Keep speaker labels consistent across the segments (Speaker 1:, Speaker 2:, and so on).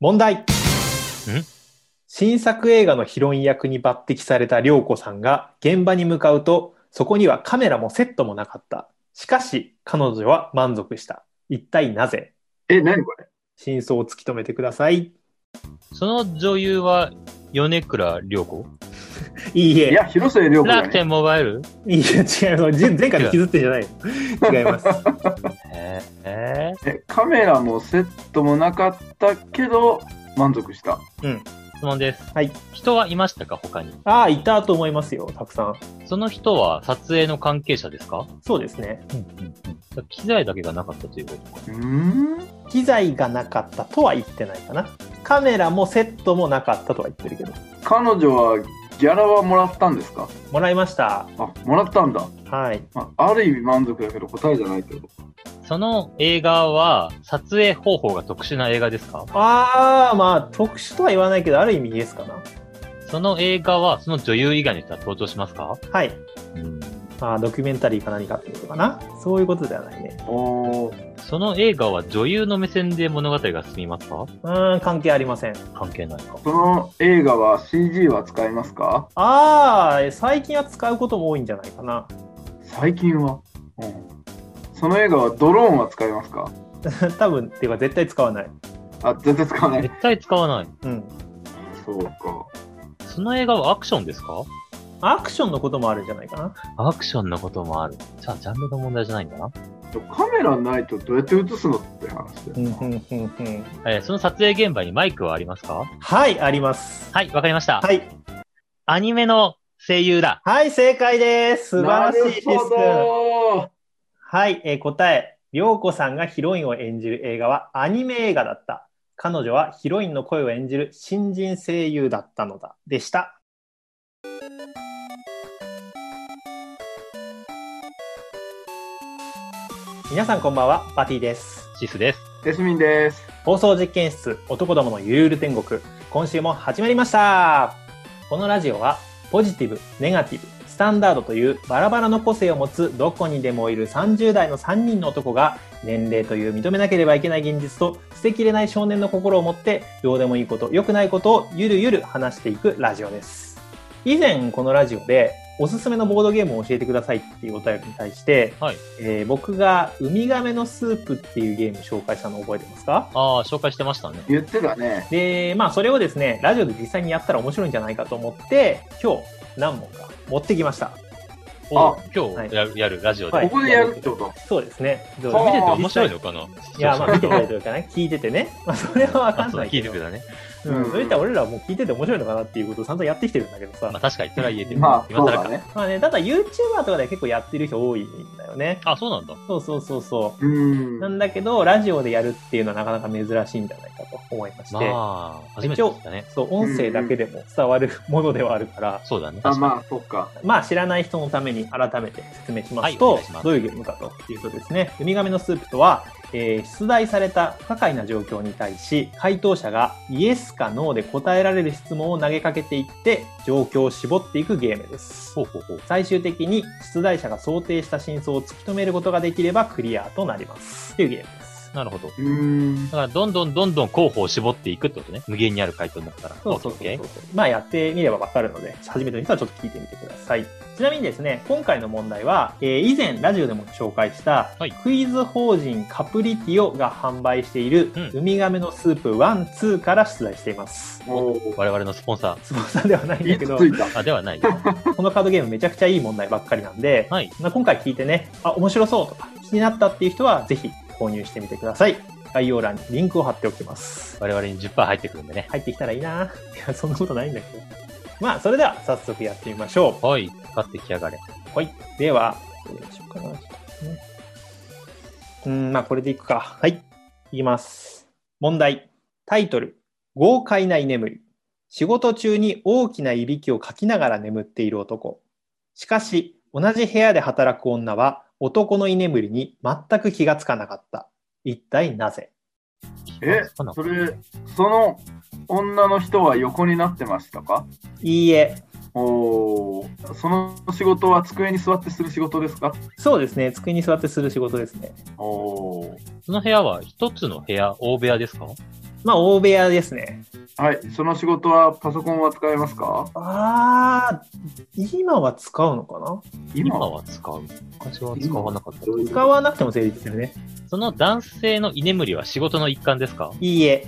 Speaker 1: 問題新作映画のヒロイン役に抜擢された涼子さんが現場に向かうとそこにはカメラもセットもなかったしかし彼女は満足した一体なぜ
Speaker 2: え、何これ
Speaker 1: 真相を突き止めてください
Speaker 3: その女優は、米倉涼子
Speaker 1: いい
Speaker 2: い
Speaker 1: え
Speaker 2: や、広末涼子だ
Speaker 3: 楽
Speaker 2: ね。
Speaker 3: 天モバイル
Speaker 1: いいえ違いますじ前回の引きずってんじゃない よ違います
Speaker 3: ええ
Speaker 2: えカメラもセットもなかったけど、満足した。
Speaker 3: 質問です。
Speaker 1: はい。
Speaker 3: 人はいましたか他に。
Speaker 1: ああいたと思いますよたくさん
Speaker 3: その人は撮影の関係者ですか
Speaker 1: そうですね
Speaker 3: 機材だけがなかったということか。
Speaker 2: うーん。
Speaker 1: 機材がなかったとは言ってないかなカメラもセットもなかったとは言ってるけど
Speaker 2: 彼女はギャラはもらったんですか
Speaker 1: もらいました
Speaker 2: あ、もらったんだ。
Speaker 1: はい
Speaker 2: まあ、ある意味満足だけど答えじゃないけど。
Speaker 3: その映画は、撮影方法が特殊な映画ですか
Speaker 1: ああまあ特殊とは言わないけどある意味イエスかな
Speaker 3: その映画は、その女優以外の人は登場しますか
Speaker 1: はい
Speaker 3: うん。
Speaker 1: ああドキュメンタリーか何かってことかなそういうことではないね
Speaker 2: おー。
Speaker 3: その映画は女優の目線で物語が進みますか
Speaker 1: うーん関係ありません
Speaker 3: 関係ないか。
Speaker 2: その映画は CG は使いますか
Speaker 1: ああ最近は使うことも多いんじゃないかな
Speaker 2: 最近は。うん。その映画はドローンは使いますか
Speaker 1: 多分っていうか絶対使わない
Speaker 2: あ、絶対使わない。
Speaker 3: 絶対使わない。
Speaker 1: うん
Speaker 2: そうか。
Speaker 3: その映画はアクションですか
Speaker 1: アクションのこともあるんじゃないかな
Speaker 3: アクションのこともある。じゃあ、ジャンルの問題じゃないんだな。
Speaker 2: カメラないとどうやって映すのって話だよな。
Speaker 1: んうんうん
Speaker 3: えーその撮影現場にマイクはありますか
Speaker 1: はいあります
Speaker 3: はい、わかりました。
Speaker 1: はい
Speaker 3: アニメの声優だ。
Speaker 1: はい正解です素晴らしいシステ
Speaker 2: な
Speaker 1: ム
Speaker 2: るほど
Speaker 1: はい、えー答え。涼子さんがヒロインを演じる映画はアニメ映画だった。彼女はヒロインの声を演じる新人声優だったのだ。でした。皆さんこんばんは、パティです。
Speaker 3: シスです。
Speaker 2: エスミンです。
Speaker 1: 放送実験室男どものゆるゆる天国今週も始まりましたこのラジオはポジティブネガティブスタンダードというバラバラの個性を持つどこにでもいる30代の3人の男が年齢という認めなければいけない現実と捨てきれない少年の心を持ってどうでもいいこと良くないことをゆるゆる話していくラジオです以前このラジオでおすすめのボードゲームを教えてくださいっていうお便りに対して、
Speaker 3: はい
Speaker 1: えー僕がウミガメのスープっていうゲーム紹介したの覚えてますか
Speaker 3: ああ、紹介してましたね。
Speaker 2: 言ってたね。
Speaker 1: で、まあ、それをですね、ラジオで実際にやったら面白いんじゃないかと思って、今日、何問か持ってきました。
Speaker 3: お
Speaker 2: あ
Speaker 3: 今日や,、やるラジオで。
Speaker 1: はい
Speaker 2: ここでやるってこと
Speaker 1: そうですね。どう
Speaker 2: はあ
Speaker 3: 見てて
Speaker 1: 実
Speaker 3: 面白
Speaker 1: 際
Speaker 3: いのかない
Speaker 1: や、まあ、見てたり
Speaker 3: い
Speaker 1: というかね、聞 いててね。まあ、それはわかんない
Speaker 3: 聞
Speaker 1: け
Speaker 3: いて
Speaker 1: ど。
Speaker 3: くれたね。
Speaker 1: うん。そういったら俺らはもう聞いてて面白いのかなっていうことを散々やってきてるんだけどさ
Speaker 3: まあ。確かに、それは言えてる。
Speaker 2: まあ、そ
Speaker 3: 今
Speaker 2: う
Speaker 3: 更
Speaker 2: だ
Speaker 3: か。
Speaker 2: ね。
Speaker 1: まあね、ただ YouTuber とかで結構やってる人多いんだよね。
Speaker 3: あ、そうなんだ。
Speaker 1: そうそうそうそうう。
Speaker 2: ん。
Speaker 1: なんだけど、ラジオでやるっていうのはなかなか珍しいんじゃないかと思いまして。
Speaker 3: まあ、初めて聞いたね。
Speaker 1: そう、音声だけでも伝わるものではあるから、
Speaker 3: そうだね。
Speaker 2: あ、
Speaker 3: 確か
Speaker 2: まあ、そっか。
Speaker 1: まあ、知らない人のために改めて説明します
Speaker 3: はいお
Speaker 1: と、
Speaker 3: 願いします
Speaker 1: どういうゲームかというとですね、ウミガメのスープとは、えー出題された不可解な状況に対し、回答者がイエスかノーで答えられる質問を投げかけていって、状況を絞っていくゲームです。
Speaker 3: に。ほうほうほう。
Speaker 1: 最終的に出題者が想定した真相を突き止めることができればクリアとなります。というゲームです。
Speaker 3: なるほど。だ
Speaker 2: うーん。
Speaker 3: から、どんどんどんどん候補を絞っていくってことね。無限にある回答になったら。
Speaker 1: そうそうそうそう
Speaker 3: OK
Speaker 1: まあやってみればわかるので、初めての人はちょっと聞いてみてください。ちなみにですね、今回の問題は、えー以前ラジオでも紹介した、
Speaker 3: はい
Speaker 1: クイズ法人カプリティオが販売している、
Speaker 3: うん
Speaker 1: ウミガメのスープ1、2から出題しています。
Speaker 2: おー
Speaker 3: 我々のスポンサ
Speaker 1: スポンサーではないん
Speaker 2: い
Speaker 1: だ
Speaker 2: つ
Speaker 1: けど
Speaker 2: つ、いた
Speaker 3: ー。あ、ではない。
Speaker 1: このカードゲームめちゃくちゃいい問題ばっかりなんで、
Speaker 3: はい。
Speaker 1: まあ今回聞いてね、あ、面白そうとか、気になったっていう人は、ぜひ購入してみてください。概要欄にリンクを貼っておきます。
Speaker 3: 我々に10%入ってくるんでね。
Speaker 1: 入ってきたらいいな。いや、そんなことないんだけど。まあ、それでは早速やってみましょ
Speaker 3: はい。使ってきやがれ。
Speaker 1: う。はい。では、どうでしょうかな。ちょっとねうーん、まあ、これでいくか。はい。いきます。問題。タイトル。豪快な居眠り。仕事中に大きないびきをかきながら眠っている男。しかし、同じ部屋で働く女は男の居眠りに全く気がつかなかった。一体なぜ
Speaker 2: え、
Speaker 3: そうなの
Speaker 2: それ、その女の人は横になってましたか
Speaker 1: いいえ、
Speaker 2: おーその仕事は机に座ってする仕事ですか
Speaker 1: そうですね。机に座ってする仕事ですね。
Speaker 2: おー
Speaker 3: その部屋は一つの部屋、大部屋ですか
Speaker 1: まあ、大部屋ですね。
Speaker 2: はい、その仕事はパソコンは使えますか
Speaker 1: ああ、今は使うのかな
Speaker 3: 今は使う。昔は使わなかった。
Speaker 1: 使わなくても成立するね。
Speaker 3: その男性の居眠りは仕事の一環ですか
Speaker 1: いいえ。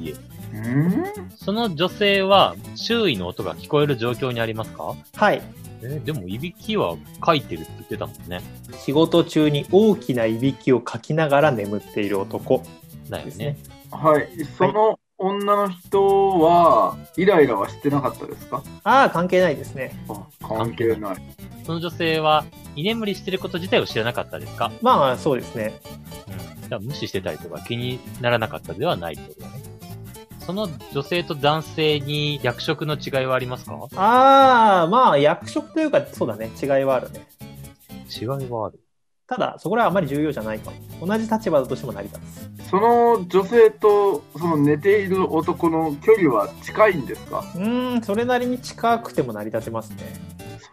Speaker 3: いいえ。
Speaker 2: うん
Speaker 3: その女性は周囲の音が聞こえる状況にありますか
Speaker 1: はい。
Speaker 3: えーでも、いびきは書いてるって言ってたもんね。
Speaker 1: 仕事中に大きないびきをかきながら眠っている男
Speaker 3: だよ
Speaker 1: です
Speaker 3: ね
Speaker 1: ね。。
Speaker 2: はい、その女の人はイライラはしてなかったですか
Speaker 1: ああ、関係ないですね。
Speaker 2: あ関係ない。
Speaker 3: その女性は居眠りしてること自体を知らなかったですか
Speaker 1: まあまあ、そうですね。
Speaker 3: うん。だから無視してたりとか気にならなかったではないってことだね。その女性と男性に役職の違いはありますか
Speaker 1: ああ、まあ、役職というか、そうだね。違いはあるね。
Speaker 3: 違いはある。
Speaker 1: ただ、そこらはあまり重要じゃないかも。同じ立場だとしても成り立つ。
Speaker 2: その女性とその寝ている男の距離は近いんですか
Speaker 1: うーん、それなりに近くても成り立ちますね。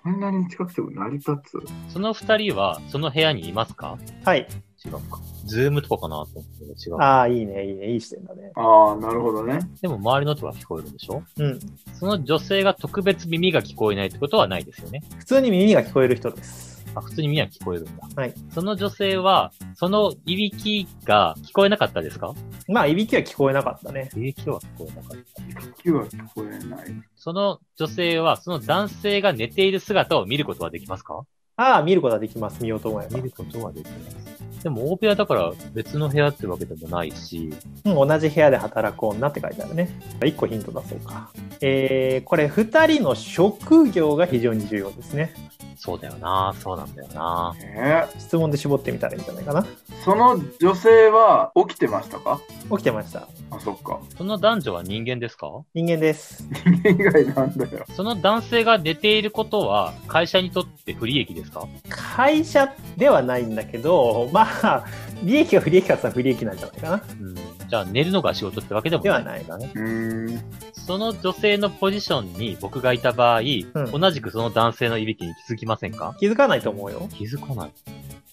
Speaker 2: そんなに近くても成り立つ
Speaker 3: その二人はその部屋にいますか
Speaker 1: はい。
Speaker 3: 違うか。ズームとかかなと思ってたけど違う。
Speaker 1: ああ、いいね、いいね、いい視点だね。
Speaker 2: ああ、なるほどね。
Speaker 3: でも周りの音が聞こえるんでしょ
Speaker 1: うん。
Speaker 3: その女性が特別耳が聞こえないってことはないですよね。
Speaker 1: 普通に耳が聞こえる人です。
Speaker 3: あ、普通に耳は聞こえるんだ。
Speaker 1: はい。
Speaker 3: その女性は、そのいびきが聞こえなかったですか
Speaker 1: まあ、いびきは聞こえなかったね。
Speaker 3: いびきは聞こえなかった。
Speaker 2: 息は聞こえない。
Speaker 3: その女性は、その男性が寝ている姿を見ることはできますか
Speaker 1: ああ、見ることはできます。見ようと思えば
Speaker 3: 見。ることはできます。でも、大部屋だから別の部屋ってわけでもないし、
Speaker 1: うん、同じ部屋で働く女って書いてあるね。1個ヒント出そうか。えー、これ、2人の職業が非常に重要ですね。
Speaker 3: そうだよな、そうなんだよな。
Speaker 2: え
Speaker 1: 質問で絞ってみたらいいんじゃないかな。
Speaker 2: ー、その女性は起きてましたか
Speaker 1: 起きてました。
Speaker 2: あ、そっか。
Speaker 3: その男女は人間ですか
Speaker 1: 人間です。
Speaker 2: 人間以外なんだよ。
Speaker 3: その男性が寝ていることは、会社にとって不利益ですか
Speaker 1: 会社ではないんだけど、まあ、利益が不利益かって言ったら不利益なんじゃないかな。
Speaker 3: うん。じゃあ、寝るのが仕事ってわけでも
Speaker 1: で
Speaker 3: な。
Speaker 1: はいないかね。
Speaker 2: うーん。
Speaker 3: その女性のポジションに僕がいた場合、
Speaker 1: ん
Speaker 3: 同じくその男性のいびきに気づきませんか
Speaker 1: 気づかないと思うよ。
Speaker 3: 気づかない。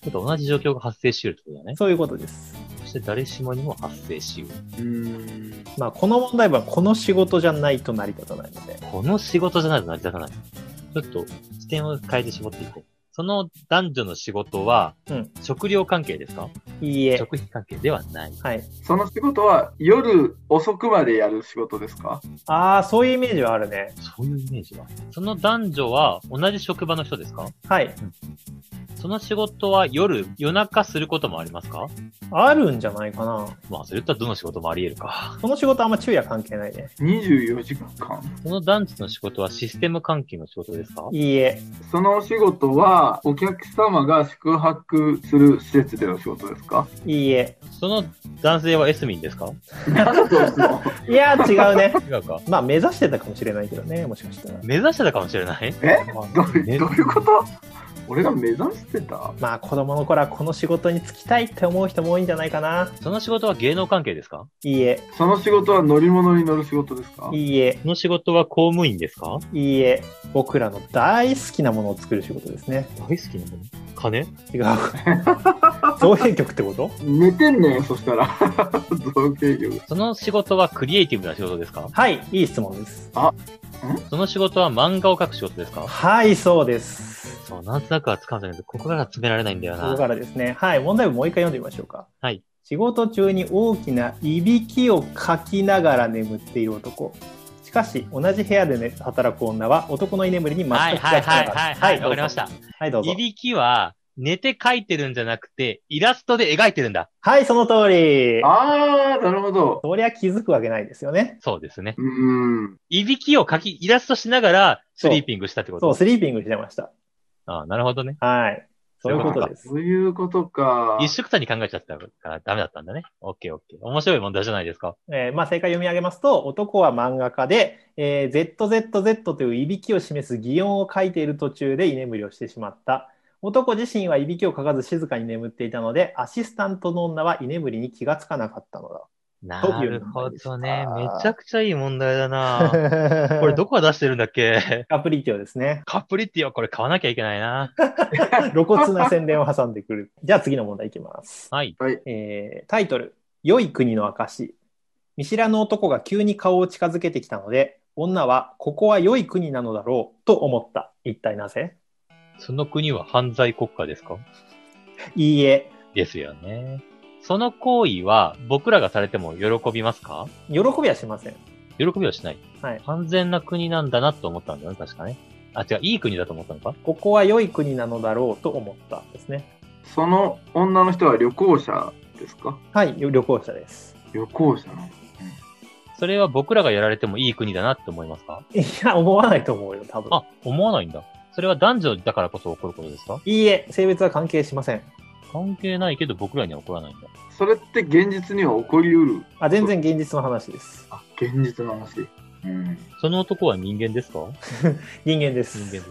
Speaker 3: ちょっと同じ状況が発生しうるってことだね。
Speaker 1: そういうことです。
Speaker 3: そして誰しもにも発生しうる。
Speaker 2: うーん。
Speaker 1: まあ、この問題はこの仕事じゃないと成り立たないので。
Speaker 3: この仕事じゃないと成り立たない。ちょっと視点を変えて絞っていこう。その男女の仕事は、
Speaker 1: うん
Speaker 3: 食料関係ですか
Speaker 1: いいえ。
Speaker 3: 食費関係ではない。
Speaker 1: はい。
Speaker 2: その仕事は夜遅くまでやる仕事ですか
Speaker 1: ああ、そういうイメージはあるね。
Speaker 3: そういうイメージは。その男女は同じ職場の人ですか
Speaker 1: はい。
Speaker 3: その仕事は夜、夜中することもありますか
Speaker 1: あるんじゃないかな。
Speaker 3: まあ、それとはどの仕事もあり得るか。
Speaker 1: この仕事あんま昼夜関係ないね。
Speaker 2: ?24 時間。
Speaker 3: その男女の仕事はシステム関係の仕事ですか
Speaker 1: いいえ。
Speaker 2: そのお仕事はお客様が宿泊する施設での仕事です か
Speaker 1: いいえ。
Speaker 3: その男性はエスミンですか
Speaker 2: なんだその
Speaker 1: いやー、違うね。
Speaker 3: 違うか。
Speaker 1: まあ、目指してたかもしれないけどね、もしかしたら。
Speaker 3: 目指してたかもしれない
Speaker 2: え
Speaker 3: まあ
Speaker 2: どう
Speaker 3: ね
Speaker 2: どういうこと俺が目指してた
Speaker 1: まあ、子供の頃はこの仕事に就きたいって思う人も多いんじゃないかな。
Speaker 3: その仕事は芸能関係ですか
Speaker 1: いいえ。
Speaker 2: その仕事は乗り物に乗る仕事ですか
Speaker 1: いいえ。
Speaker 3: その仕事は公務員ですか
Speaker 1: いいえ。僕らの大好きなものを作る仕事ですね。
Speaker 3: 大好きなもの金
Speaker 1: 違う。造幣局ってこと
Speaker 2: 寝てんねん、そしたら。 造形業。
Speaker 3: その仕事はクリエイティブな仕事ですか
Speaker 1: はい、いい質問です。
Speaker 3: その仕事は漫画を描く仕事ですか
Speaker 1: はい、そうです。
Speaker 3: そう、なんとなくはつかんだけど、ここからは詰められないんだよ
Speaker 1: ここ
Speaker 3: な。
Speaker 1: からですね。はい、問題文もう一回読んでみましょうか。
Speaker 3: はい。
Speaker 1: 仕事中に大きないびきをかきながら眠っている男。しかし、同じ部屋で、ね、働く女は男の居眠りに全く気が
Speaker 3: はい
Speaker 1: つか
Speaker 3: はい
Speaker 1: な
Speaker 3: は
Speaker 1: かっ
Speaker 3: い
Speaker 1: た。
Speaker 3: はいはい。
Speaker 1: どうぞ
Speaker 3: わかりました。
Speaker 1: はい、どうぞ
Speaker 3: い。びきは、寝て描いてるんじゃなくて、イラストで描いてるんだ。
Speaker 1: はい、その通り。
Speaker 2: あー、なるほど。
Speaker 1: そりゃ気づくわけないですよね。
Speaker 3: そうですね。
Speaker 2: うーん。
Speaker 3: いびきを描き、イラストしながら、スリーピングしたってこ
Speaker 1: そう、
Speaker 3: と
Speaker 1: スリーピングしてました。
Speaker 3: ああ、なるほどね。
Speaker 1: はい。そういうことです
Speaker 2: そ。ういうことか。
Speaker 3: 一色たに考えちゃったからダメだったんだね。オッケーオッケー。面白い問題じゃないですか。
Speaker 1: えーまあ、正解読み上げますと、男は漫画家で、えー ZZZ といういびきを示す擬音を書いている途中で居眠りをしてしまった。男自身はいびきをかかず静かに眠っていたので、アシスタントの女は居眠りに気がつかなかったの
Speaker 3: な
Speaker 1: という
Speaker 3: るほどね。
Speaker 1: 問題でし
Speaker 3: め
Speaker 1: た
Speaker 3: ちゃくちゃいい問題だな。
Speaker 1: だ。
Speaker 3: これどこが出してるんだっけ
Speaker 1: カプリティオですね。
Speaker 3: カプリティはこれ買わなきゃいけないな。
Speaker 1: 露骨な宣伝を挟んでくる。じゃあ次の問題いきます。
Speaker 3: はい。
Speaker 1: えータイトル、良い国の証。見知らぬ男が急に顔を近づけてきたので、女は、ここは良い国なのだろうと思った。一体なぜ
Speaker 3: その国は犯罪国家ですか
Speaker 1: いいえ、
Speaker 3: ですよね。その行為は僕らがされても喜びますか
Speaker 1: 喜びはしません。
Speaker 3: 喜びはしない。
Speaker 1: はい
Speaker 3: 安全な国なんだなと思ったんだよね、確かね。あ、違う、いい国だと思ったのか
Speaker 1: ここは良い国なのだろうと思ったんですね。
Speaker 2: その女の人は旅行者ですか
Speaker 1: はい、旅行者です。
Speaker 2: 旅行者なの
Speaker 3: それは僕らがやられてもいい国だなって思いますか
Speaker 1: いや、思わないと思うよ、多分。
Speaker 3: あ、思わないんだ。それは男女だからこそ起こることですか
Speaker 1: いいえ、性別は関係しません。
Speaker 3: 関係ないけど僕らには起こらないんだ。
Speaker 2: それって現実には起こりうる。
Speaker 1: あ、全然現実の話です。
Speaker 2: あ、現実の話。うん。
Speaker 3: その男は人間ですか
Speaker 1: 人間です。
Speaker 3: 人間です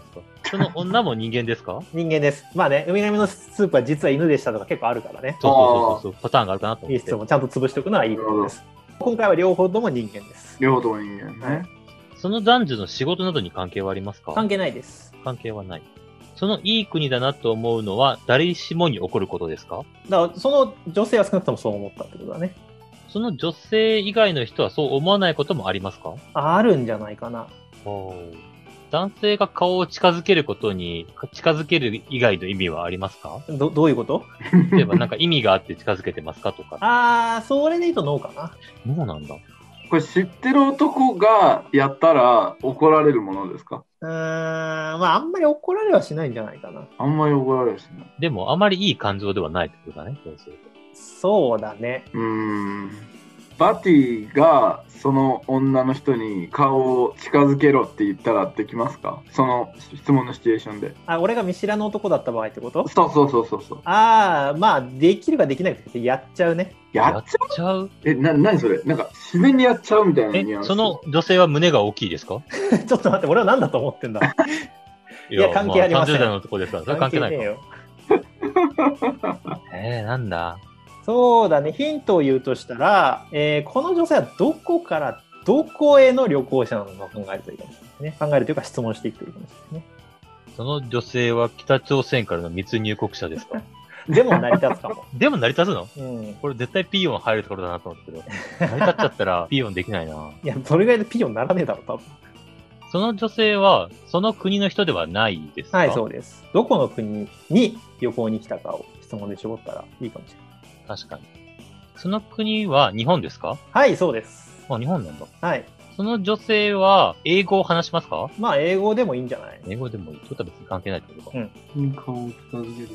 Speaker 3: かその女も人間ですか
Speaker 1: 人間です。まあね、ウミガメのスープは実は犬でしたとか結構あるからね。
Speaker 3: そうそうそうそう、パターンがあるかなと
Speaker 1: い
Speaker 3: 思
Speaker 1: い
Speaker 3: って
Speaker 1: 質。問、ちゃんと潰しておくのはいいことです。今回は両方とも人間です。
Speaker 2: 両方人間ね。
Speaker 3: その男女の仕事などに関係はありますか
Speaker 1: 関係ないです。
Speaker 3: 関係はない。そのいい国だなと思うのは誰しもに起こることですか
Speaker 1: だから、その女性は少なくともそう思ったってことだね。
Speaker 3: その女性以外の人はそう思わないこともありますか
Speaker 1: ああるんじゃないかな。
Speaker 3: 男性が顔を近づけることに、近づける以外の意味はありますか
Speaker 1: ど、どういうこと
Speaker 3: 例えばなんか意味があって近づけてますかとか。
Speaker 1: あー、それで言うとノーかな。
Speaker 3: もうなんだ。
Speaker 2: これ知ってる男がやったら怒られるものですか
Speaker 1: うーん、まああんまり怒られはしないんじゃないかな。
Speaker 2: あんまり怒られるしね。
Speaker 3: でもあまりいい感情ではないってことだね。そうすると
Speaker 1: そうだね。
Speaker 2: うーん。バティがその女の人に顔を近づけろって言ったらできますかその質問のシチュエーションで。
Speaker 1: あ、俺が見知らぬ男だった場合ってこと
Speaker 2: そうそうそうそうそう。
Speaker 1: あー、まあできるかできないかってやっちゃうね。
Speaker 2: や
Speaker 3: や
Speaker 2: っ
Speaker 3: っちゃう
Speaker 2: え、な、なにそれなんか自然にやっちゃうみたいな
Speaker 3: え
Speaker 2: ニュアン、ス。
Speaker 3: その女性は胸が大きいですか
Speaker 1: ちょっと待って、俺は何だと思ってんだ。
Speaker 3: い
Speaker 1: や関係ありません
Speaker 3: 30代のとこですから、それは関係ない
Speaker 1: ねえ
Speaker 3: か。
Speaker 1: よ。
Speaker 3: えー、なんだ。
Speaker 1: そうだね、ヒントを言うとしたら、えーこの女性はどこからどこへの旅行者なのか考えるといいかもしれないですね。考えるというか質問していくといいかもしれないで
Speaker 3: その女性は北朝鮮からの密入国者ですか
Speaker 1: すね。でも成り立つか も。
Speaker 3: でも成り立つの
Speaker 1: うん。い
Speaker 3: これ絶対ピーヨン入るところだなと思ったけど、成り立っちゃっ たらピーヨンできないな。
Speaker 1: や、それぐらいでピヨンならねえだろ、多分。
Speaker 3: その女性は、その国の人ではないですか
Speaker 1: はい、そうです。どこの国に旅行に来たかを質問で絞ったらいいかもしれない。
Speaker 3: 確かに。その国は日本ですか
Speaker 1: はい、そうです。
Speaker 3: あ、日本なんだ。
Speaker 1: はい。
Speaker 3: その女性は、英語を話しますか
Speaker 1: まあ、英語でもいいんじゃない
Speaker 3: 英語でもいい。ちょっと別に関係ないってことか。
Speaker 2: 顔を近づける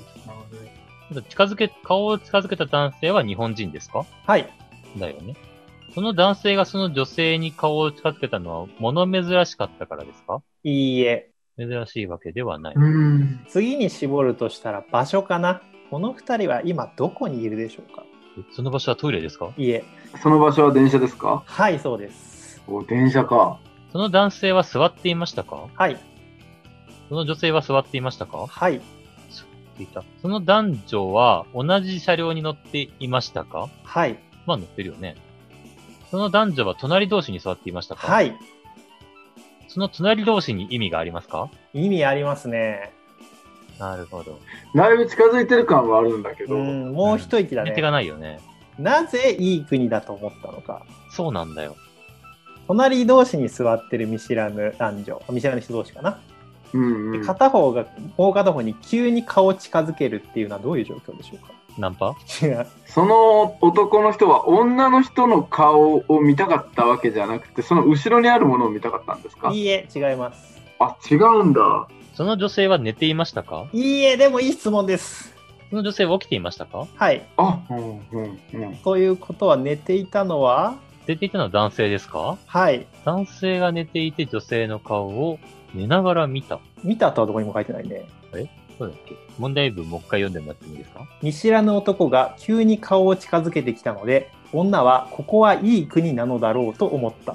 Speaker 3: ただ近づけ、顔を近づけた男性は日本人ですか
Speaker 1: はい。
Speaker 3: だよね。その男性がその女性に顔を近づけたのは、物珍しかったからですか
Speaker 1: いいえ。
Speaker 3: 珍しいわけではない。
Speaker 2: うーん。
Speaker 1: 次に絞るとしたら場所かな。この二人は今どこにいるでしょうか
Speaker 3: その場所はトイレですか
Speaker 1: いいえ。
Speaker 2: その場所は電車ですか
Speaker 1: はい、そうです。
Speaker 2: お、電車か。
Speaker 3: その男性は座っていましたか
Speaker 1: はい。
Speaker 3: その女性は座っていましたか
Speaker 1: はい。
Speaker 3: いた。その男女は同じ車両に乗っていましたか
Speaker 1: はい。
Speaker 3: まあ乗ってるよね。その男女は隣同士に座っていましたか。
Speaker 1: はいい。
Speaker 3: その隣同士に意味がありますか
Speaker 1: 意味ありますね。
Speaker 3: なるほど。
Speaker 2: だいぶ近づいてる感はあるんだけど。
Speaker 1: うん、もう一息だ
Speaker 3: 決め手
Speaker 1: ね。
Speaker 3: がないよね。
Speaker 1: なぜいい国だと思ったのか。
Speaker 3: そうなんだよ。
Speaker 1: 隣同士に座ってる見知らぬ男女、見知らぬ人同士かな。
Speaker 2: うん、う
Speaker 1: で
Speaker 2: ん。
Speaker 1: 片方が、もう片方に急に顔を近づけるっていうのはどういう状況でしょ
Speaker 3: ナンパ
Speaker 1: うか。違う。
Speaker 2: その男の人は女の人の顔を見たかったわけじゃなくて、その後ろにあるものを見たかったんですか
Speaker 1: いいえ、違います。
Speaker 2: あ、違うんだ。
Speaker 3: その女性は寝ていましたか
Speaker 1: いいえ、でもいい質問です。
Speaker 3: その女性は起きていましたか
Speaker 1: はい。
Speaker 2: あ、うん、うん、うん。
Speaker 1: ということは寝ていたのは
Speaker 3: 寝ていたのは男性ですか
Speaker 1: はい。
Speaker 3: 男性が寝ていて女性の顔を寝ながら見た。
Speaker 1: 見たとはどこにも書いてないね。
Speaker 3: そうだっけ問題文もう一回読んでもらってもいいですか
Speaker 1: 見知らぬ男が急に顔を近づけてきたので女はここはいい国なのだろうと思った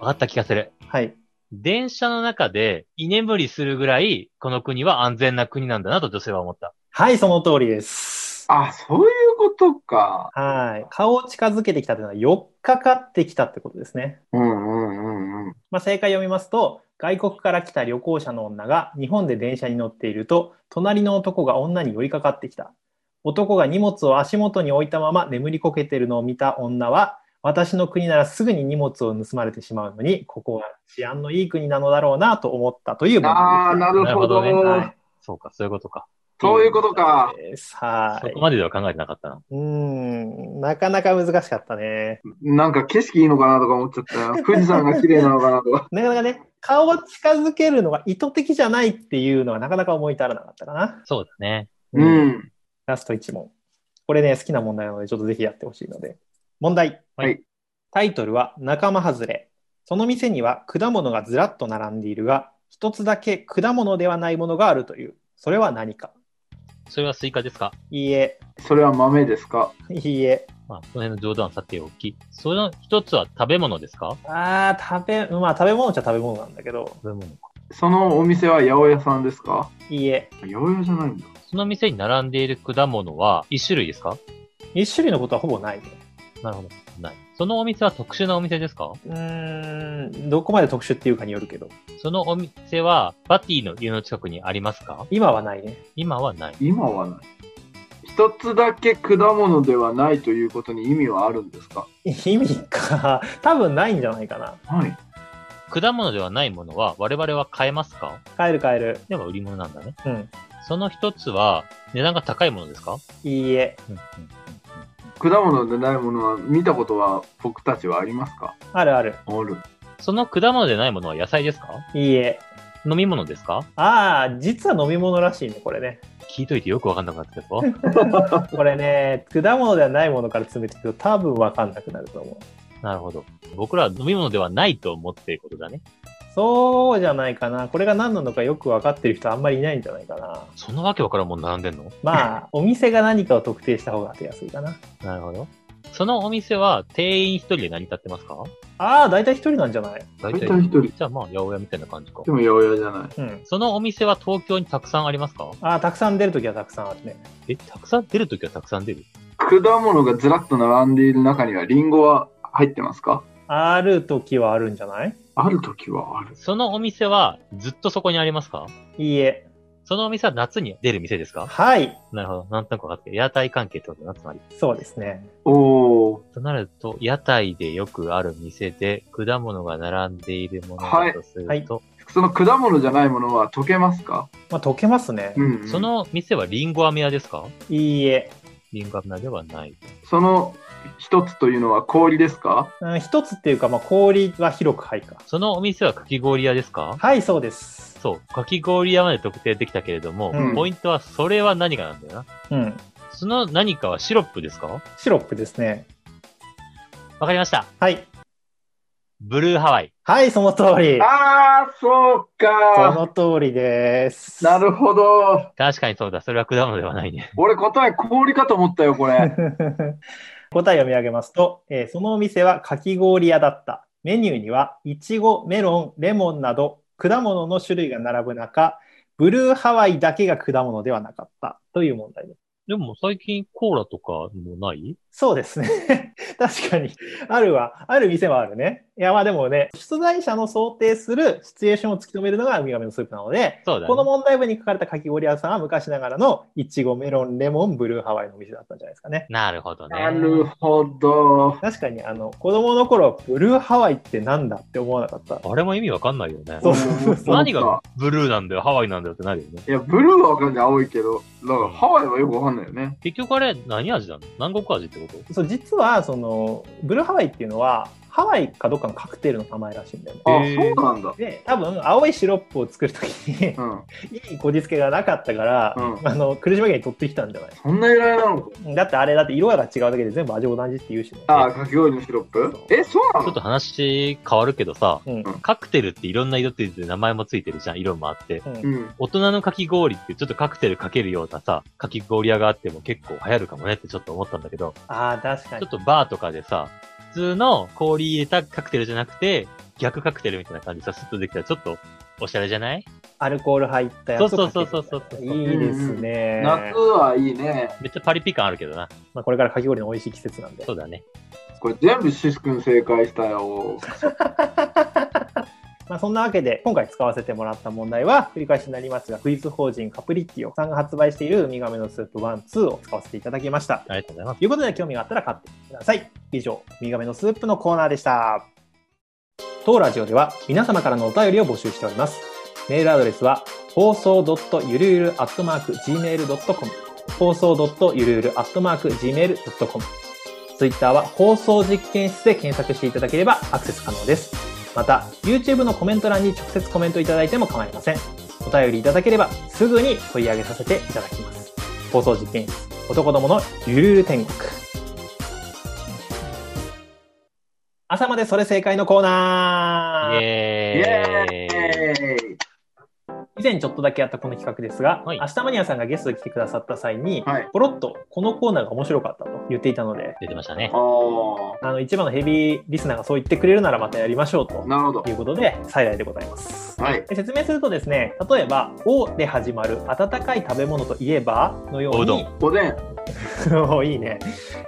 Speaker 3: わかった気がする。
Speaker 1: はい
Speaker 3: 電車の中で居眠りするぐらい、この国は安全な国なんだなと女性は思った。
Speaker 1: はいその通りです
Speaker 2: あ、そういうことか。
Speaker 1: はい顔を近づけてきたというのは4日かかってきたってことですね、
Speaker 2: うん、うん、うん、うん。
Speaker 1: まあ、正解読みますと外国から来た旅行者の女が日本で電車に乗っていると隣の男が女に寄りかかってきた男が荷物を足元に置いたまま眠りこけてるのを見た女は、私の国ならすぐに荷物を盗まれてしまうのに、ここは治安のいい国なのだろうなと思ったという文
Speaker 2: ああ、
Speaker 1: 章
Speaker 2: なるほど。
Speaker 3: なるほどね
Speaker 1: は
Speaker 3: そうか、そういうことか。
Speaker 2: そういうことか。
Speaker 1: です。は
Speaker 3: そ
Speaker 1: い
Speaker 3: こ。まででは考えてなかったな。
Speaker 1: うーん、なかなか難しかったね。
Speaker 2: なんか景色いいのかなとか思っちゃった よ。富士山が綺麗なのかなとか。
Speaker 1: なかなかね、顔を近づけるのが意図的じゃないっていうのはなかなか思い至らなかったかな。
Speaker 3: そうだね。
Speaker 2: うん。
Speaker 1: ラスト1問。これね、好きな問題なので、ちょっとぜひやってほしいので。問題。
Speaker 2: はい
Speaker 1: タイトルは、仲間外れ。その店には果物がずらっと並んでいるが、一つだけ果物ではないものがあるという。それは何か
Speaker 3: それはスイカですか
Speaker 1: いいえ、
Speaker 2: それは豆ですか
Speaker 1: いいえ。
Speaker 3: まあ、この辺の冗談はさておき。その一つは食べ物ですか
Speaker 1: あー、食べ、まあ食べ物っちゃ食べ物なんだけど、
Speaker 3: 食べ物か。
Speaker 2: そのお店は八百屋さんですか
Speaker 1: いいえ。
Speaker 2: 八百屋じゃないんだ。
Speaker 3: その店に並んでいる果物は一種類ですか
Speaker 1: 一種類のことはほぼないね。
Speaker 3: なるほど。ない。そのお店は特殊なお店ですか
Speaker 1: うーん、どこまで特殊っていうかによるけど、
Speaker 3: そのお店はバティの家の近くにありますか
Speaker 1: 今はないね。
Speaker 3: 今はない。
Speaker 2: 今はない。一つだけ果物ではないということに意味はあるんですか
Speaker 1: 意味か。多分ないんじゃないかな。
Speaker 2: はい。
Speaker 3: 果物ではないものは我々は買えますか
Speaker 1: 買える買える。
Speaker 3: では売り物なんだね。
Speaker 1: うん。
Speaker 3: その一つは値段が高いものですか
Speaker 1: いいえ。
Speaker 3: うんうん
Speaker 2: 果物でないものは見たことは僕たちはありますか
Speaker 1: あるある。
Speaker 2: ある。
Speaker 3: その果物でないものは野菜ですか
Speaker 1: いいえ。
Speaker 3: 飲み物ですか
Speaker 1: ああ、実は飲み物らしいね、これね。
Speaker 3: 聞いといてよくわかんなくなってきたぞ。
Speaker 1: これね、果物ではないものから詰めていくと多分わかんなくなると思う。
Speaker 3: なるほど。僕らは飲み物ではないと思っていることだね。
Speaker 1: そうじゃないかな。これが何なのかよくわかってる人あんまりいないんじゃないかな。
Speaker 3: そんなわけわからんもん並んでんの
Speaker 1: まあ、お店が何かを特定した方が当てやすいかな。
Speaker 3: なるほど。そのお店は店員一人で成り立ってますか
Speaker 1: ああ、大体一人なんじゃない
Speaker 3: 大
Speaker 2: 大体一人。で
Speaker 3: じゃあまあ、八百屋みたいな感じか。
Speaker 2: も八百屋じゃない。
Speaker 1: うん。
Speaker 3: そのお店は東京にたくさんありますか
Speaker 1: ああ、たくさん出るときはたくさんあるね。
Speaker 3: え、たくさん出るときはたくさん出る
Speaker 2: 果物がずらっと並んでいる中にはリンゴは入ってますか
Speaker 1: あるときはあるんじゃない
Speaker 2: ある時はある。
Speaker 3: そのお店はずっとそこにありますか
Speaker 1: いいえ。
Speaker 3: そのお店は夏に出る店ですか
Speaker 1: はい。
Speaker 3: なるほど。なんとなく分かってる。屋台関係ってことだな、つまり。
Speaker 1: そうですね。
Speaker 2: おお。
Speaker 3: となると、屋台でよくある店で果物が並んでいるもの
Speaker 2: は
Speaker 3: だ
Speaker 2: い
Speaker 3: とすると、
Speaker 1: はい
Speaker 2: その果物じゃないものは溶けますか
Speaker 1: まあ、溶けますね。
Speaker 2: うん、
Speaker 3: その店はリンゴ飴屋ですか
Speaker 1: いいえ。
Speaker 3: リンゴ飴屋ではない。
Speaker 2: その一つというのは氷ですか
Speaker 1: うん、一つっていうか、まあ、氷は広く入るか。
Speaker 3: そのお店はかき氷屋ですか
Speaker 1: はい、そうです。
Speaker 3: そう。かき氷屋まで特定できたけれども、
Speaker 1: うん
Speaker 3: ポイントはそれは何かなんだよな。
Speaker 1: うん。
Speaker 3: その何かはシロップですか
Speaker 1: シロップですね。
Speaker 3: わかりました。
Speaker 1: はい。
Speaker 3: ブルーハワイ。
Speaker 1: はい、その通り。
Speaker 2: ああ、そう
Speaker 1: そ
Speaker 2: か。
Speaker 1: の通りです。
Speaker 2: なるほど。
Speaker 3: 確かにそうだ。それは果物ではないね。
Speaker 2: 俺答え氷かと思ったよ、こ れ。
Speaker 1: 答えを見上げますと、えーそのお店はかき氷屋だった。メニューには、いちご、メロン、レモンなど、果物の種類が並ぶ中、ブルーハワイだけが果物ではなかったという問題です。
Speaker 3: でも最近コーラとかもない
Speaker 1: そうですね。 確かに。あるは、ある店もあるね。いや、まあでもね、出題者の想定するシチュエーションを突き止めるのがウミガメのスープなので、
Speaker 3: そうだね。
Speaker 1: この問題文に書かれたかき氷屋さんは昔ながらのいちごメロンレモンブルーハワイのお店だったんじゃないですかね。
Speaker 3: なるほどね。
Speaker 2: なるほど。
Speaker 1: 確かにあの子供の頃ブルーハワイってなんだって思わなかった。
Speaker 3: あれも意味わかんないよね。
Speaker 1: そうそうそう
Speaker 3: 何が
Speaker 2: か
Speaker 3: ブルーなんだよ、ハワイなんだよってなるよね。
Speaker 2: いや、ブルーはわかんない、青いけど。だから、ハワイはよくわかんないよね。
Speaker 3: 結局あれ、何味なの南国味ってこと
Speaker 1: そう実はそのブルーハワイっていうのはハワイかどっかのカクテルの名前らしいんだよね。
Speaker 2: あ、
Speaker 3: へ
Speaker 2: そ
Speaker 3: ー
Speaker 2: うなんだ。
Speaker 1: で多分青いシロップを作る時に
Speaker 2: うん。
Speaker 1: いいこじつけがなかったから、
Speaker 2: うん
Speaker 1: あの苦し紛れに取ってきたんじゃない
Speaker 2: そんな由来なのか。
Speaker 1: だってあれだって色が違うだけで全部味同じって言うしね。
Speaker 2: あー、かき氷のシロップえ、そう
Speaker 3: ちょ
Speaker 2: な
Speaker 3: っ
Speaker 2: の
Speaker 3: と話変わるけどさ、
Speaker 1: うん
Speaker 3: カクテルっていろんな色ついてて名前もついてるじゃん、色もあって。
Speaker 1: うん
Speaker 2: うん。
Speaker 3: 大人のかき氷ってちょっとカクテルかけるようなさ、かき氷屋があっても結構流行るかもねってちょっと思ったんだけど、
Speaker 1: ああ、確か
Speaker 3: ちょ
Speaker 1: に
Speaker 3: っ。とバーとかでさ、普通の氷入れたカクテルじゃなくて、逆カクテルみたいな感じでさ、スッとできたらちょっとおしゃれじゃない
Speaker 1: アルコール入ったやつをかける
Speaker 3: そうそうそうそうそう
Speaker 1: いいですね。
Speaker 2: 夏はいいね。
Speaker 3: めっちゃパリピ感あるけどな。
Speaker 1: まあ、これからかき氷の美味しい季節なんで。
Speaker 3: そうだね。
Speaker 2: これ全部シス君正解したよ。
Speaker 1: まあ、そんなわけで、今回使わせてもらった問題は、繰り返しになりますが、クイズ法人カプリッティオさんが発売しているウミガメのスープ1、2を使わせていただきました。
Speaker 3: ありがとうございます。
Speaker 1: ということで、興味があったら買ってください。以上、ウミガメのスープのコーナーでした。当ラジオでは、皆様からのお便りを募集しております。メールアドレスは、放送ゆるゆる .gmail.com 放送ゆるゆる .gmail.com ツイッターは放送実験室で検索していただければアクセス可能です。また、YouTube のコメント欄に直接コメントいただいても構いません。お便りいただければすぐに取り上げさせていただきます。放送実験室、男どものゆるゆる天国。朝までそれ正解のコーナー
Speaker 3: イ
Speaker 2: イ
Speaker 3: エーイ。
Speaker 2: エーイ
Speaker 1: 以前ちょっとだけやったこの企画ですが、
Speaker 3: はい
Speaker 1: 明日マニアさんがゲストで来てくださった際に、
Speaker 2: はい。
Speaker 1: ポロッとこのコーナーが面白かったと言っていたので、
Speaker 3: 出てましたね
Speaker 2: あ。あ
Speaker 1: あの一番のヘビーリスナーがそう言ってくれるならまたやりましょうと
Speaker 2: なるほど
Speaker 1: い。うことで、最大でございます。
Speaker 2: はい。
Speaker 1: で説明するとですね、例えば、おで始まる温かい食べ物といえばのように、
Speaker 3: おうどん
Speaker 2: おでん。
Speaker 1: おいいね、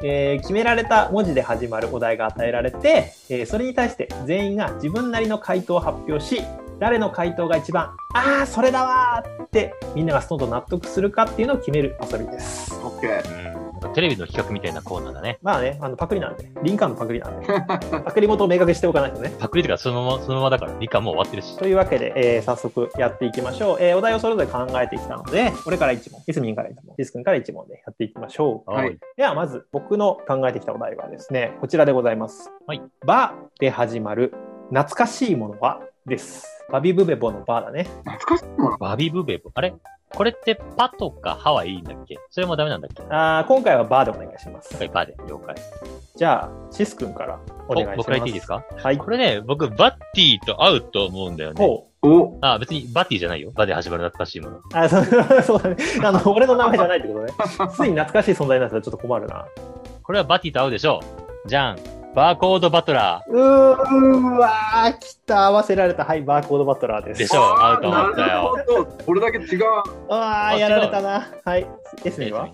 Speaker 1: えー決められた文字で始まるお題が与えられて、えーそれに対して全員が自分なりの回答を発表し、誰の回答が一番、ああ、それだわーって、みんながストンと納得するかっていうのを決める遊びです。
Speaker 2: オッケー。
Speaker 3: うん。テレビの企画みたいなコーナーだね。
Speaker 1: まあね、あのパクリなんで、リンカーンのパクリなんで、パクリ元を明確にしておかないとね。
Speaker 3: パクリとかそのまま、そのままだから、理科もう終わってるし。
Speaker 1: というわけで、えー早速やっていきましょう、えーお題をそれぞれ考えてきたので、俺から1問、イスミンから1問、ディス君から1問でやっていきましょう。
Speaker 2: は
Speaker 3: お
Speaker 2: い
Speaker 3: う。
Speaker 1: ではまず僕の考えてきたお題はですね、こちらでございます。
Speaker 3: はい。
Speaker 1: バで始まる懐かしいものはです。バビブベボのバーだね。
Speaker 2: 懐かしいもの。
Speaker 3: バビブベボ。あれこれってパとかハはいいんだっけそれもダメなんだっけ
Speaker 1: あー今回はバーでお願いします。
Speaker 3: 今回バで、了解。
Speaker 1: じゃあ、シス君からお願いします。
Speaker 3: 僕から言っていいですか
Speaker 1: はい。
Speaker 3: これね、僕、バッティと合うと思うんだよね。
Speaker 1: ほう。
Speaker 2: お
Speaker 3: あ、別にバッティじゃないよ。バで始まる懐かしいもの。
Speaker 1: あ、そう そうだね。あの、俺の名前じゃないってことね。ついに懐かしい存在になったらちょっと困るな。
Speaker 3: これはバッティと合うでしょう。じゃん。バーコードバトラ
Speaker 1: うーわー、きた、合わせられた。はい、バーコードバトラーで
Speaker 3: ー
Speaker 1: す。
Speaker 3: でしょう。合うと
Speaker 2: な
Speaker 3: 思った
Speaker 2: るほ
Speaker 3: よ。
Speaker 2: ど。これだけ違う。
Speaker 1: あ
Speaker 3: あ
Speaker 1: あ、
Speaker 3: 違う
Speaker 1: やられたな。はい。エスミンは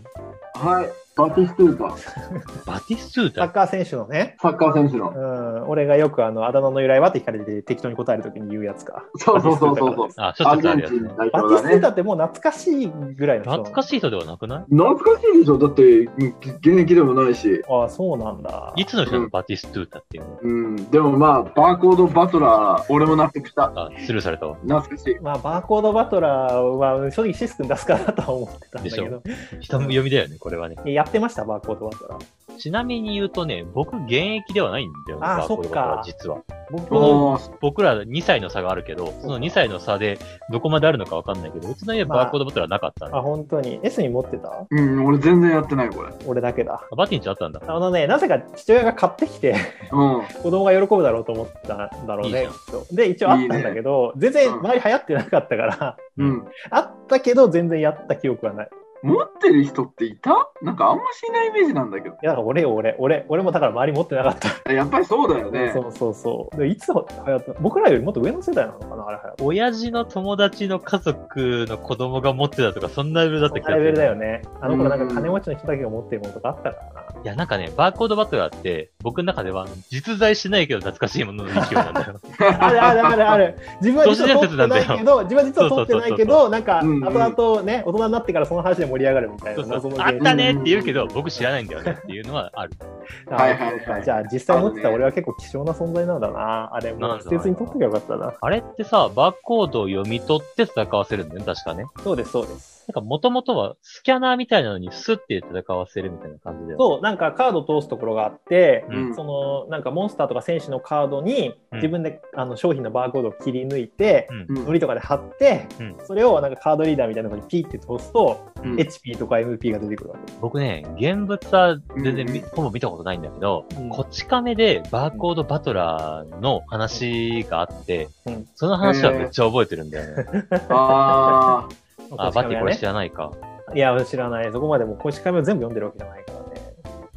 Speaker 2: はい。バティストゥーパー。
Speaker 3: バティストゥー
Speaker 1: サ
Speaker 3: タ
Speaker 1: ッカー選手のね。
Speaker 2: サッカー選手
Speaker 1: う
Speaker 2: の。
Speaker 1: ん、俺がよくあのあだ名の由来はって聞かれて適当に答えるときに言うやつか。
Speaker 2: そうそうそうそうそう。
Speaker 3: あ、ちょ
Speaker 2: ア
Speaker 3: っと
Speaker 2: ルゼ
Speaker 3: あ
Speaker 2: ン
Speaker 3: るや
Speaker 2: チ
Speaker 3: つ
Speaker 2: ン
Speaker 3: ね。
Speaker 2: 代
Speaker 1: バティ
Speaker 2: 表
Speaker 1: ステ
Speaker 2: だ
Speaker 1: だ
Speaker 2: ね。
Speaker 1: ってもう懐かしいぐらいの人
Speaker 3: 懐かしい人ではなくない
Speaker 2: 懐かしいでしょだって、現役でもないし。
Speaker 1: ああ、そうなんだ。
Speaker 3: いつの人な
Speaker 2: う
Speaker 3: の
Speaker 2: ん
Speaker 3: バティストゥータっていうの
Speaker 2: うん。でもまあ、バーコードバトラー、俺も納得した。
Speaker 3: あ、スルーされたわ。
Speaker 2: 懐かしい。
Speaker 1: まあ、バーコードバトラーは正直シス君出すかなとは思ってたんだけど。
Speaker 3: 下読みだよね、これはね。
Speaker 1: えやってました、バーコードバトラー。
Speaker 3: ちなみに言うとね、僕、現役ではないんだよね、
Speaker 1: あ
Speaker 3: バーコー
Speaker 1: そ
Speaker 3: ド
Speaker 1: っ
Speaker 3: バ
Speaker 1: か
Speaker 3: トラー実は。
Speaker 1: 僕の
Speaker 2: おー
Speaker 3: 僕ら2歳の差があるけど、その2歳の差でどこまであるのかわかんないけど、うちの家
Speaker 1: まあ
Speaker 3: バーコードバトラーなかったんで、
Speaker 1: あ、本当に。エスミン持ってた
Speaker 2: うん、俺全然やってない、これ。
Speaker 1: 俺だけだ。
Speaker 3: バティンチあったんだ。
Speaker 1: あのね、なぜか父親が買ってきて、
Speaker 2: うん。
Speaker 1: 子供が喜ぶだろうと思ったんだろう
Speaker 3: いい
Speaker 1: ね
Speaker 3: じゃん
Speaker 1: きっとで一応あったんだけど全然
Speaker 2: うん
Speaker 1: 周り流行ってなかったから、
Speaker 2: うん。
Speaker 1: あったけど全然やった記憶はないい
Speaker 2: 持ってる人っていたなんかあんましないイメージなんだけど。
Speaker 1: やだから俺よ俺俺俺もだから周り持ってなかった、
Speaker 2: やっぱりそうだよね。
Speaker 1: そうそうそうでいつ流行った僕らよりもっと上の世代なのかなあれ流行っ
Speaker 3: 親父の友達の家族の子供が持ってたとか、そんなレベルだった気
Speaker 1: た
Speaker 3: がす
Speaker 1: レベ
Speaker 3: る。
Speaker 1: ルだよねあの頃なんか金持ちの人だけが持ってるものとかあったからない
Speaker 3: や、なんかね、バーコードバトラーって、僕の中では実在しないけど懐かしいものの勢いな んだよ。
Speaker 1: あるあるあるある。自分は実は撮ってないけど、自分は実は撮ってないけど、なんか、
Speaker 2: うんうん
Speaker 1: 後々ね、大人になってからその話で盛り上がるみたい
Speaker 3: そ
Speaker 1: な
Speaker 3: う
Speaker 1: 謎
Speaker 3: そう
Speaker 1: の
Speaker 3: あっ
Speaker 1: 現象。
Speaker 3: たねって言うけど、僕知らないんだよねっていうのはある。
Speaker 1: あ
Speaker 2: はいはいはい
Speaker 1: そうかじゃあ実際持ってた
Speaker 2: あのね
Speaker 1: 俺は結構希少な存在なんだな。あれもう捨てずに取っときゃよかったな。
Speaker 3: あれってさ、バーコードを読み取って戦わせるんだよね、確かね。
Speaker 1: そうです、そうです
Speaker 3: なん。か元々はスキャナーみたいなのにスッて戦わせるみたいな感じだよね。
Speaker 1: そう、なんかカード通すところがあって、
Speaker 3: うん
Speaker 1: そのなんかモンスターとか選手のカードに
Speaker 3: うん
Speaker 1: 自分で、あの商品のバーコードを切り抜いて、
Speaker 3: うん
Speaker 2: うん
Speaker 1: のりとかで貼って、
Speaker 3: うん
Speaker 1: それをなんかカードリーダーみたいなのにピッて通すと、
Speaker 2: うん
Speaker 1: HP とか MP が出てくるわけ。
Speaker 3: 僕ね、現物は全然
Speaker 2: うんう
Speaker 3: み
Speaker 2: ん
Speaker 3: ほぼ見たことないんだけど、
Speaker 1: うん
Speaker 3: こち亀でバーコードバトラーの話があって、
Speaker 1: うん
Speaker 3: その話はめっちゃ覚えてるんだよね。
Speaker 2: あー
Speaker 3: あ、バッティこれ知らないか。
Speaker 1: いや、知らない。そこまでもう、こしかみを全部読んでるわけじゃないからね。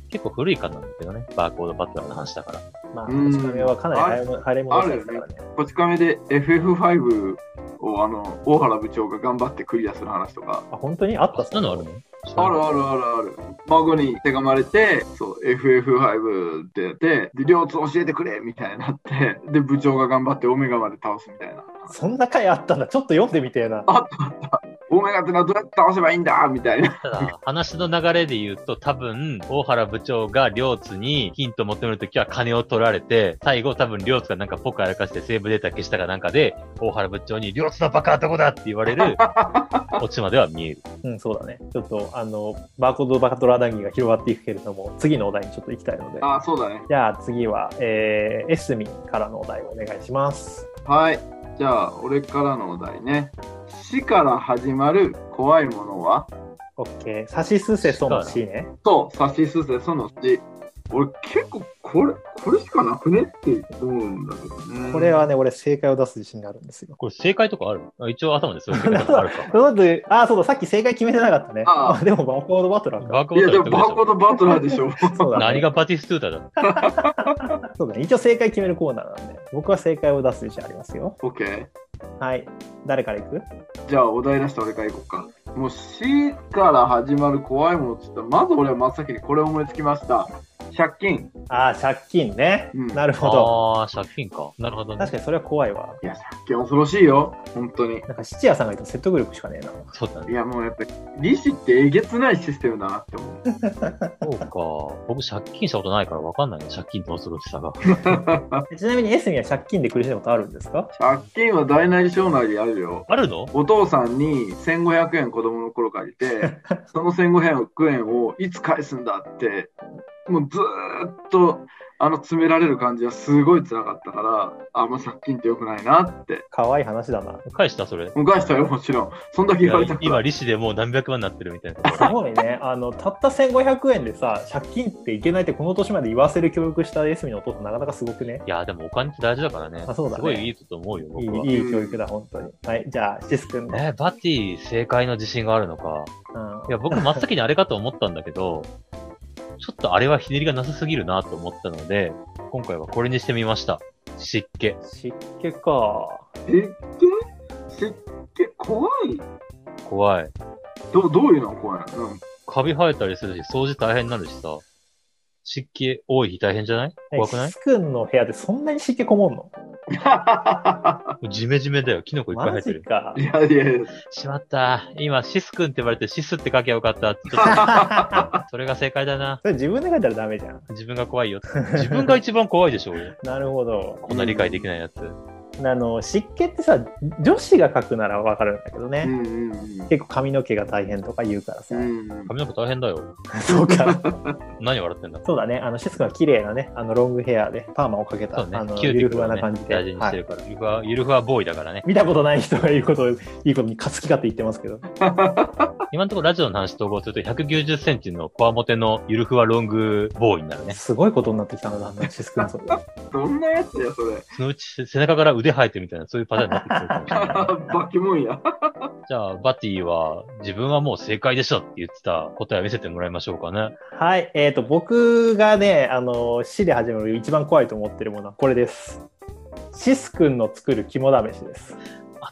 Speaker 3: 結構古い感なんだけどね、バーコードバトラーの話だから。
Speaker 1: まあ、こ
Speaker 2: うん
Speaker 1: しかみはかなり早いも早いものですからね。
Speaker 2: こち亀で FF5 をあの大原部長が頑張ってクリアする話とか。
Speaker 1: あ、本当にあった
Speaker 3: あ、そんなのあるの
Speaker 2: あるあるあるある。孫に手がまれて、そう、FF5 ってやって、で、両つ教えてくれみたいになって、で、部長が頑張ってオメガまで倒すみたいな。
Speaker 1: そんな回あったんだ。ちょっと読んでみてえな。
Speaker 2: オメガってのはどうやって倒せばいいんだみたいな。
Speaker 3: ただ、話の流れで言うと、多分、大原部長が両津にヒント求めるときは金を取られて、最後多分両津がなんかポカやらかしてセーブデータ消したかなんかで、大原部長に両津のバカはどこだって言われる、 オチまでは見える。
Speaker 1: うん、そうだね。ちょっと、あの、バーコードバカトラ談義が広がっていくけれども、次のお題にちょっと行きたいので。
Speaker 2: ああ、そうだね。
Speaker 1: じゃあ次は、えー、エスミンからのお題をお願いします。
Speaker 2: はい。じゃあ、俺からのお題ね。死から始まる怖いものは
Speaker 1: OK。サシスセソの C ね。
Speaker 2: と、さしすせその死。俺、結構これ、これしかなくねって思うんだけどね。
Speaker 1: これはね、俺正解を出す自信があるんですよ。
Speaker 3: これ正解とかあるあ一応頭でそういう正解とかあるか。
Speaker 1: だって、あー、そうだ、さっき正解決めてなかったね。
Speaker 2: あ
Speaker 1: あでも、バーコードバトラーか。
Speaker 3: バーコ
Speaker 2: い
Speaker 3: ー
Speaker 2: や、
Speaker 3: ド
Speaker 2: で
Speaker 3: やって
Speaker 2: もバーコー
Speaker 3: く
Speaker 2: ドバトラーでしょ。
Speaker 1: そうだ、ね、
Speaker 3: れ何がバティストゥータだ
Speaker 1: そうだね。一応正解決めるコーナーなんで、僕は正解を出す自信ありますよ。
Speaker 2: オッケー。
Speaker 1: はい。誰からいく
Speaker 2: じゃあお題出した俺からいこうか。もう C から始まる怖いものって言ったら、まず俺は真っ先にこれ思いつきました。借金。
Speaker 1: ああ、借金ね。
Speaker 2: うん
Speaker 1: なるほど。
Speaker 3: ああー、借金か。なるほどね
Speaker 1: 確。かにそれは怖いわ。
Speaker 2: いや、借金恐ろしいよ。本当に。
Speaker 1: なんか、質屋さんが言ったら説得力しかねえな。
Speaker 3: そうだね
Speaker 2: い。や、もうやっぱり、利子ってえげつないシステムだなって思う。
Speaker 3: そうか。僕借金したことないから分かんないね。借金と恐ろしさが。
Speaker 1: ちなみに、エスミンは借金で苦しんだことあるんですか
Speaker 2: 借金は大なり小なりあるよ。
Speaker 3: あるの
Speaker 2: お父さんに1500円子供の頃借り て、その1500円をいつ返すんだって、もうずーっと、あの、詰められる感じはすごい辛かったから、あ、もう借金って良くないなって
Speaker 1: 可愛い話だな。
Speaker 3: 返したそれ。
Speaker 2: もう返したよ、もちろん。そんだけ言われたから。
Speaker 3: 今、利子でもう何百万になってるみたいな。
Speaker 1: す ごい ね。あの、たった1500円でさ、借金っていけないってこの年まで言わせる教育したエスミンのお父さん、なかなかすごくね。
Speaker 3: いや、でもお金って大事だからね。
Speaker 1: あそうだね
Speaker 3: すごいいいこと思うよ、
Speaker 1: い
Speaker 3: 僕は。
Speaker 1: いいい教育だ、本当に。はい。じゃあ、シス君の。
Speaker 3: えーバティ、正解の自信があるのか。
Speaker 1: うん
Speaker 3: いや、僕真っ先にあれかと思ったんだけど、ちょっとあれはひねりがなさすぎるなと思ったので、今回はこれにしてみました。湿気。
Speaker 1: 湿気か。
Speaker 2: 湿気湿気怖い
Speaker 3: 怖い。
Speaker 2: どどういうの怖いの、 うん、
Speaker 3: カビ生えたりするし、掃除大変になるしさ。湿気多い日大変じゃない怖くない
Speaker 1: シス君の部屋でそんなに湿気こもんの
Speaker 3: ジメジメだよ。キノコいっぱい生
Speaker 1: マ
Speaker 3: えて
Speaker 1: ジ
Speaker 3: る。
Speaker 1: か
Speaker 2: い。やいやいや、
Speaker 3: しまった。今、シス君って言われてシスって書きゃよ かったって。ちょっとそれが正解だな。
Speaker 1: それ自分で書いたらダメじゃん。
Speaker 3: 自分が怖いよ。自分が一番怖いでしょ、俺。
Speaker 1: なるほど。
Speaker 3: こんな理解できないやつ。
Speaker 1: あの、湿気ってさ、女子が書くならわかるんだけど
Speaker 2: う
Speaker 1: ね。
Speaker 2: んうんうん。
Speaker 1: 結構髪の毛が大変とか言うからさ。
Speaker 2: うんうん
Speaker 3: 髪の毛大変だよ。
Speaker 1: そうか。
Speaker 3: 何笑ってんだ。
Speaker 1: そうだね。あの、シス君は綺麗なね、あの、ロングヘアで、パーマをかけた、
Speaker 3: そうね
Speaker 1: あの、。
Speaker 3: キュ
Speaker 1: ゆ
Speaker 3: ーティ
Speaker 1: るふ
Speaker 3: クル
Speaker 1: わ
Speaker 3: を、
Speaker 1: な
Speaker 3: ね、
Speaker 1: 感じで。
Speaker 3: 大事にして
Speaker 1: はい
Speaker 3: るから。ゆるふわ、ゆるふわボーイだからね。
Speaker 1: 見たことない人が言うことを、いいことにかつきがって言ってますけど。
Speaker 3: 今のところラジオの話統合すると190センチのコアモテのゆるふわロングボーイになるね。
Speaker 1: すごいことになってきたのだんだん、シス君はそれ。
Speaker 2: どんなやつや、そ れ。
Speaker 3: そのうち背中から腕生えてるみたいな、そういうパターンになってくるかもし れないね。
Speaker 2: バキモンや。
Speaker 3: じゃあ、バティは自分はもう正解でしたって言ってた答えを見せてもらいましょうかね。
Speaker 1: はい。えっ、と、僕がね、あの、死で始まる一番怖いと思ってるものはこれです。シス君の作る肝試しです。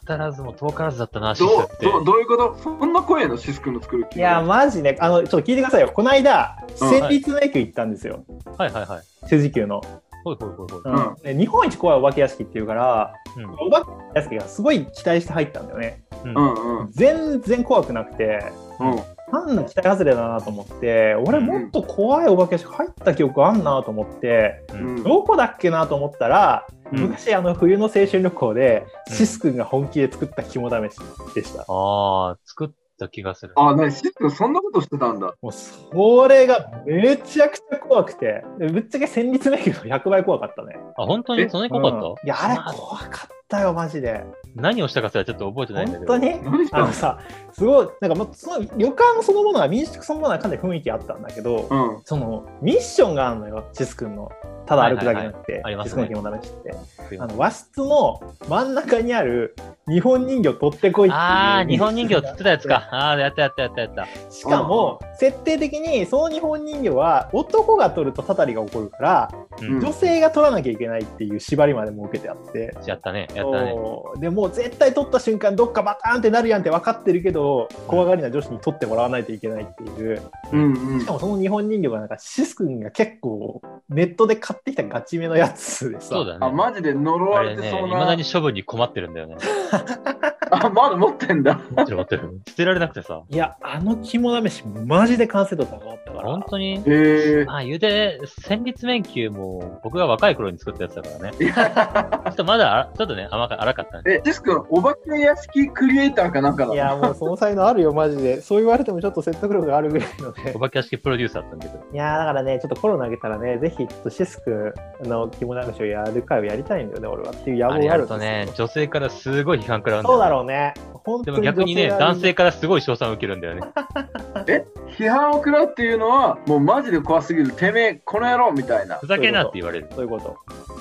Speaker 3: 当たらずも遠からずだったな、シス
Speaker 2: どう
Speaker 3: って。
Speaker 2: どうどういうことそんな怖いの、シス君の作る
Speaker 1: い
Speaker 2: 気
Speaker 1: や、マジね、あの、ちょっと聞いてくださいよ。この間、
Speaker 2: うん
Speaker 1: 戦慄の駅行ったんですよ。
Speaker 3: はいはいはい。
Speaker 1: 主事級の、
Speaker 3: ほいほいほいほい。
Speaker 2: ん
Speaker 1: で日本一怖いお化け屋敷っていうから、
Speaker 3: うん
Speaker 1: お化け屋敷がすごい期待して入ったんだよね。
Speaker 2: うんうん
Speaker 1: 全然怖くなくて、
Speaker 2: うん。
Speaker 1: なんだ期待外れだなと思って、俺もっと怖いお化け屋敷入った記憶あんなと思って、
Speaker 2: うん
Speaker 1: どこだっけなと思ったら、
Speaker 3: うん
Speaker 1: 昔あの冬の青春旅行で、
Speaker 3: うん
Speaker 1: シス君が本気で作った肝試しでした。
Speaker 3: ああ、作った気がする。
Speaker 2: あ、ね、シス君そんなことしてたんだ。
Speaker 1: もうそれがめちゃくちゃ怖くて、でぶっちゃけ戦慄の駅の100倍怖かったね。
Speaker 3: あ、本当にそんなに怖かった、
Speaker 1: うんいや、あれ怖かったよ、マジで。
Speaker 3: 何をしたかすらちょっと覚えてないんだ
Speaker 1: 本
Speaker 3: けど。
Speaker 1: 当に
Speaker 2: 何し
Speaker 1: あ
Speaker 2: た
Speaker 1: の
Speaker 2: の
Speaker 1: さ、すごい、なんかもうその旅館そのものが民宿そのものがかなり雰囲気あったんだけど、
Speaker 2: うん。
Speaker 1: そのミッションがあるのよ、シス君の。ただ歩くだけじゃなくて、
Speaker 3: はいはいはいあります
Speaker 1: デ
Speaker 3: ね
Speaker 1: ィスコの木も試して、
Speaker 3: うん
Speaker 1: あの和室の真ん中にある日本人形取ってこいっていう。
Speaker 3: あー、日本人形釣ってたやつか。あー、やったやったやったやった。
Speaker 1: しかも、設定的にその日本人形は男が取るとたたりが起こるから、
Speaker 3: うん
Speaker 2: うん。
Speaker 1: 女性が取らなきゃいけないっていう縛りまで設けてあって。
Speaker 3: やったね。やったね。
Speaker 1: そうでもう絶対取った瞬間どっかバターンってなるやんって分かってるけど怖がりな女子に取ってもらわないといけないっていう
Speaker 2: うんうん
Speaker 1: しかもその日本人形がなんかシス君が結構ネットで買ってきたガチめのやつでさ
Speaker 3: そうだ
Speaker 2: あ、
Speaker 3: ね。
Speaker 2: マジで呪
Speaker 3: あ
Speaker 2: わ
Speaker 3: れ
Speaker 2: れて
Speaker 3: ね、
Speaker 2: そう
Speaker 3: 未
Speaker 2: な。
Speaker 3: だに処分に困ってるんだよね。
Speaker 2: あ、まだ持ってんだ。
Speaker 3: もちろん持ってる。捨てられなくてさ。
Speaker 1: いやあの肝試しマジで完成度高かったから
Speaker 3: 本当に。
Speaker 2: へえ。
Speaker 3: まあ、言うて、戦慄面球も僕が若い頃に作ったやつだからね。
Speaker 2: いや
Speaker 3: ちょっとまだ、ちょっとね、甘か、荒かったね。
Speaker 2: え、ジェス君、お化け屋敷クリエイターかなんかだ。
Speaker 1: いやもうその才能あるよマジでそう言われてもちょっと説得力があるぐらいの ね
Speaker 3: お化け屋敷プロデューサーだったんだけど。
Speaker 1: いやーだからね、ちょっとコロナあげたらね、ぜひちょっとシスクの肝試しをやる会をやりたいんだよね、俺はっていう野
Speaker 3: あ
Speaker 1: 望
Speaker 3: れ
Speaker 1: が
Speaker 3: や
Speaker 1: あるんで
Speaker 3: る
Speaker 1: すよ
Speaker 3: とね、女性からすごい批判食らうんだ
Speaker 1: そ
Speaker 3: よ
Speaker 1: う
Speaker 3: ね
Speaker 1: だろうね。本
Speaker 3: で
Speaker 1: 当
Speaker 3: も逆にね、
Speaker 1: 女
Speaker 3: 男
Speaker 1: 性
Speaker 3: 性からすごい賞賛を受けるんだよね。
Speaker 2: 批判を食らうっていうのは、もうマジで怖すぎる。てめえ、この野郎みたいな
Speaker 3: ふ。ざけんなって言われる。
Speaker 1: ということ。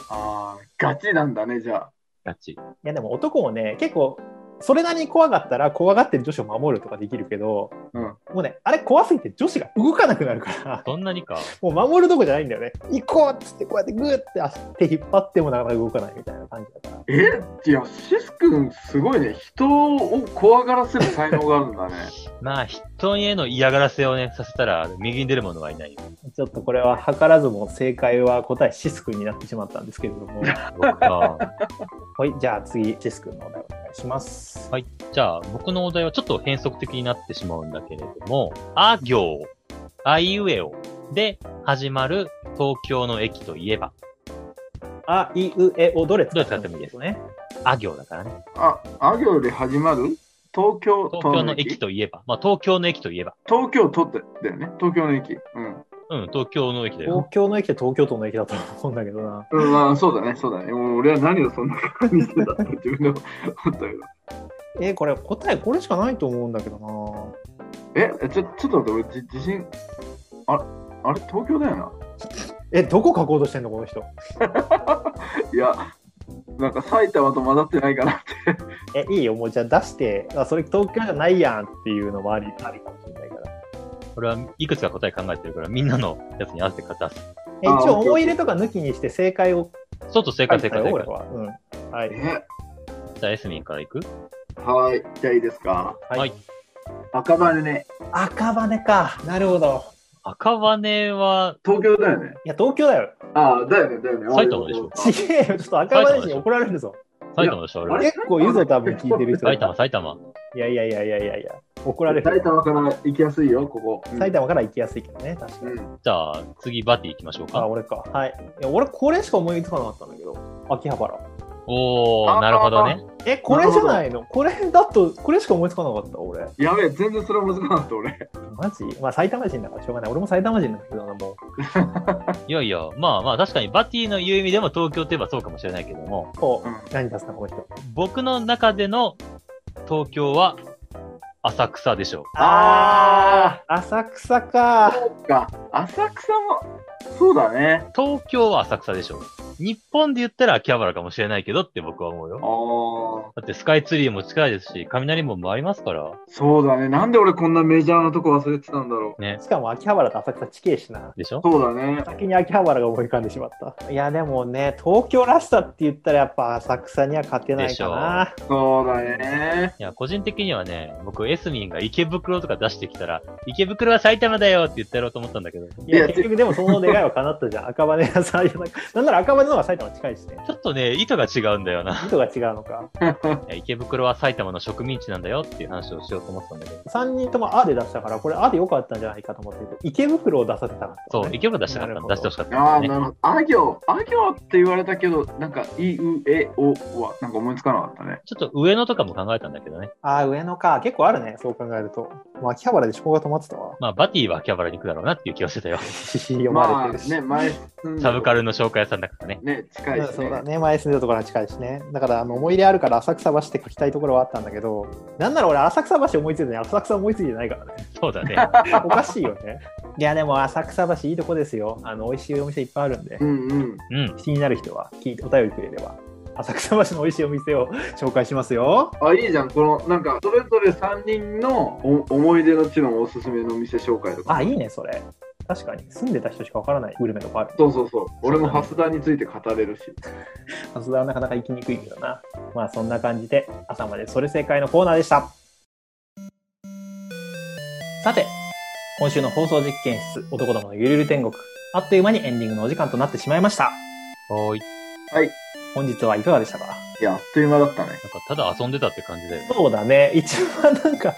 Speaker 2: あーガチなんだね、じゃ
Speaker 3: ガチ。
Speaker 1: いや、でも男もね、結構、それなりに怖かったら、怖がってる女子を守るとかできるけど、
Speaker 2: うん
Speaker 1: もうね、あれ怖すぎて女子が動かなくなる から、
Speaker 3: そんなにか。
Speaker 1: もう守るとこじゃないんだよね。行こうっつって、こうやってグーって足手引っ張ってもなかなか動かないみたいな感じだから。
Speaker 2: あ。えいや、シス君、すごいね。人を怖がらせる才能があるんだね。
Speaker 3: まあ、人への嫌がらせをね、させたら、右に出る者はいないよ。
Speaker 1: ちょっとこれは図らずも正解は答えシス君になってしまったんですけれど も。
Speaker 3: 僕か。
Speaker 1: はい、じゃあ次、シス君のお題お願いします。
Speaker 3: はいじゃあ、僕のお題はちょっと変則的になってしまうんだけれども、あ行、あいうえおで始まる東京の駅といえば、
Speaker 1: あ、い、う、え、お、どれ使
Speaker 3: どれ使ってもいいです
Speaker 1: ね。
Speaker 3: あ行だからね。
Speaker 2: あ、あ行で始まる東京
Speaker 3: 東京の駅といえば、まあ東京の駅といえば、
Speaker 2: 東京都ってだよね。東京の駅。うん。
Speaker 3: うん、東京の駅だよ
Speaker 1: 東。京の駅と東京都の駅だと思うんだけどな。
Speaker 2: うん、あそうだね、そうだね。もう俺は何をそんな感じしてたって自分でも思ったけど。
Speaker 1: えーこれ答えこれしかないと思うんだけどな
Speaker 2: え、ちょちょっと待って、俺、じ地震、あれ、あれ、東京だよな。
Speaker 1: えどこ書こうとしてんのこの人
Speaker 2: いや、なんか埼玉と混ざってないかなっ
Speaker 1: え
Speaker 2: て。
Speaker 1: いいよもうじゃあ出してあそれ東京じゃないやんっていうのもありありかもしれないから
Speaker 3: これはいくつか答え考えてるから、みんなのやつに合わせて出す。
Speaker 1: え
Speaker 2: あ
Speaker 1: 一応
Speaker 2: オッケー
Speaker 1: 思い入れとか抜きにして正解を
Speaker 3: ちょっと正解正解正
Speaker 1: 俺
Speaker 3: 解。
Speaker 1: はうんはい
Speaker 2: え、
Speaker 3: じゃあ、エスミンからいく
Speaker 2: はい、じゃあいいですか。
Speaker 1: はい
Speaker 3: はい
Speaker 2: 赤羽ね、
Speaker 1: 赤羽かなるほど
Speaker 3: 赤羽は、
Speaker 2: 東京だよね。
Speaker 1: いや東京だよ
Speaker 2: ああ、だよね、だよね。
Speaker 3: 埼玉でしょ
Speaker 1: ちげえよちょっと赤羽市に怒られるぞ
Speaker 3: 埼玉でしょ、あれは
Speaker 2: あれ
Speaker 1: 結構言うぞ多分聞いてる人
Speaker 3: 埼玉、埼玉。
Speaker 1: いやいやいやいやいやいや怒られる
Speaker 2: 埼玉から行きやすいよ、ここ。うん
Speaker 1: 埼。玉から行きやすいけどね確か
Speaker 2: う
Speaker 1: に、
Speaker 2: ん。
Speaker 3: じゃあ、次、バティ行きましょう
Speaker 1: あ
Speaker 3: か。
Speaker 1: 俺かはいいや俺これしか思いつかなかったんだけど秋葉原
Speaker 3: おー、なるほどね。
Speaker 1: え、これじゃないのこれだと、これしか思いつかなかった、俺。
Speaker 2: やべえ、全然それは難しかった、俺。
Speaker 1: マジまあ、埼玉人だからしょうがない。俺も埼玉人なんだけどな、も
Speaker 3: いやいや、まあまあ確かにバティの言う意味でも東京といえばそうかもしれないけども、
Speaker 1: う。こう、
Speaker 2: うん
Speaker 1: 何出すの、この人。
Speaker 3: 僕の中での東京は浅草でしょ
Speaker 2: あ
Speaker 1: あー、浅草か。
Speaker 2: そうか、浅草も、そうだね。
Speaker 3: う。東京は浅草でしょう。日本で言ったら秋葉原かもしれないけどって僕は思うよ。
Speaker 2: ああ、
Speaker 3: だってスカイツリーも近いですし、雷門もありますから。
Speaker 2: そうだね。なんで俺こんなメジャーなとこ忘れてたんだろう。
Speaker 3: ね。
Speaker 1: しかも秋葉原と浅草地形しな。
Speaker 3: でしょ
Speaker 2: そうだね。
Speaker 1: 先に秋葉原が思い浮かんでしまった。いや、でもね、東京らしさって言ったらやっぱ浅草には勝てないかな。
Speaker 2: そうだね。
Speaker 3: いや、個人的にはね、僕エスミンが池袋とか出してきたら、池袋は埼玉だよって言ってやろうと思ったんだけど、ち
Speaker 1: いや、
Speaker 2: いや
Speaker 1: 結局でもその願いは叶った じゃん。赤羽が埼玉。なんなら赤羽の方が埼玉近いしね。
Speaker 3: ょっとね、意図が違うんだよな。
Speaker 1: 意図が違うのか。
Speaker 3: いや池袋は埼玉の植民地なんだよっていう話をしようと思ってたんだけど。
Speaker 1: 3人とも「あ」で出したからこれ「あ」でよかったんじゃないかと思ってて池袋を出させたかった、
Speaker 3: そう、池袋出したかった
Speaker 1: なる
Speaker 3: の
Speaker 1: ほ
Speaker 3: 出
Speaker 1: ど
Speaker 3: してほしかったんだ
Speaker 2: ああ、
Speaker 3: よね。
Speaker 2: なるほど。あ行、あ行って言われたけど、なんか、い、う、え、おは、なんか思いつかなかったね。
Speaker 3: ちょっと上野とかも考えたんだけどね。
Speaker 1: ああ上野か結構あるねそう考えるともう秋葉原で思考が止まってたわ
Speaker 3: まあ、バ ティは秋葉原に行くだろうなっていう気はしてたよ。
Speaker 1: 読ま
Speaker 2: ま
Speaker 1: れ
Speaker 2: あ
Speaker 1: てるし、
Speaker 2: ね、前進んだ
Speaker 3: サブカルの紹介屋さんだからね。ね。
Speaker 2: ね、近い
Speaker 4: うん
Speaker 2: し
Speaker 4: そうだ
Speaker 2: ね。
Speaker 4: ね前住んでたところは近いしねだからあの思い入れあるから浅草橋って書きたいところはあったんだけどなんなら俺浅草橋思いついてない浅草思いついてない からね
Speaker 3: そうだね。
Speaker 4: おかしいよねいやでも浅草橋いいとこですよあの美味しいお店いっぱいあるんで
Speaker 2: うんうん。
Speaker 3: うん。
Speaker 4: 気になる人は聞いてお便りくれれば浅草橋の美味しいお店を紹介しますよ
Speaker 2: あ、いいじゃん。この、なんか、それぞれ3人のお思い出の地のおすすめの店紹介とか。
Speaker 4: あいいねそれ確かに住んでた人しかわからないグルメとかある
Speaker 2: そうそうそう。俺も蓮田について語れるし。
Speaker 4: さすがはなかなか行きにくいけどなまあそんな感じで朝までそれ正解のコーナーでした
Speaker 1: さて、今週の放送実験室、男どものゆるゆる天国、あっという間にエンディングのお時間となってしまいました。
Speaker 3: おーい。
Speaker 1: 本日はいかがでしたか
Speaker 2: いや、あっという間だったね。
Speaker 3: なんか、ただ遊んでたって感じだよね。
Speaker 1: そうだね、 一番なんか、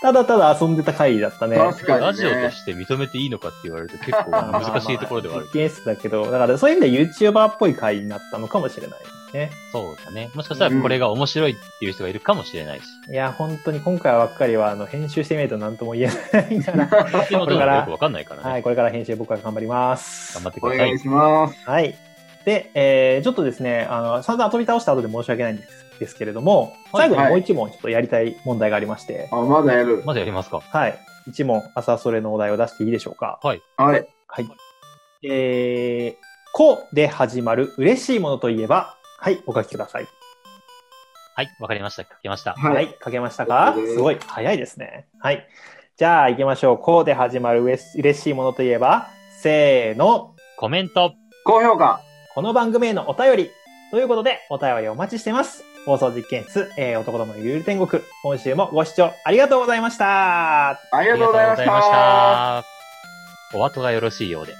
Speaker 1: ただただ遊んでた回だったね。
Speaker 2: 確かに、ね。
Speaker 3: ラジオとして認めていいのかって言われると結構難しいところではある
Speaker 1: 実。験室だけど、だからそういう意味では YouTuber っぽい回になったのかもしれないね。
Speaker 3: そうだね。もしかしたらこれが面白いっていう人がいるかもしれないし。
Speaker 1: いや、本当に今回ばっかりは、あの、編集してみると何とも言えないから、
Speaker 3: っていうことがよくわかんないからね。
Speaker 1: はい、これから編集僕は頑張ります。
Speaker 3: 頑張ってく
Speaker 2: お
Speaker 3: ださ
Speaker 2: 願
Speaker 3: い
Speaker 2: い。します。
Speaker 1: はい。で、えー、ちょっとですね、あの、散々飛び倒した後で申し訳ないんですですけれども、
Speaker 3: は
Speaker 1: 最
Speaker 3: い
Speaker 1: 後にもう一問ちょっとやりたい問題がありまして、
Speaker 2: あ、まだやる。
Speaker 3: まずやりますか。
Speaker 1: はい。一問、朝それのお題を出していいでしょうか。
Speaker 2: はい。
Speaker 1: はい。えー、こで始まる嬉しいものといえば、はい、お書きください。
Speaker 3: はい、わかりました。書けました。
Speaker 2: はい
Speaker 1: はい、書けましたか
Speaker 2: うん
Speaker 1: すごい、早いですね。はい。じゃあ、行きましょう。こうで始まるうれし嬉しいものといえば、せーの、
Speaker 3: コメント、
Speaker 2: 高評価。
Speaker 1: この番組へのお便り。ということで、お便りお待ちしてます。放送実験室、えー、男どものゆる天国。今週もご視聴ありがとうございました。
Speaker 2: あり
Speaker 3: あ
Speaker 2: がとうございまし
Speaker 3: りがとうござ
Speaker 2: た。
Speaker 3: いましたお後がよろしいようで。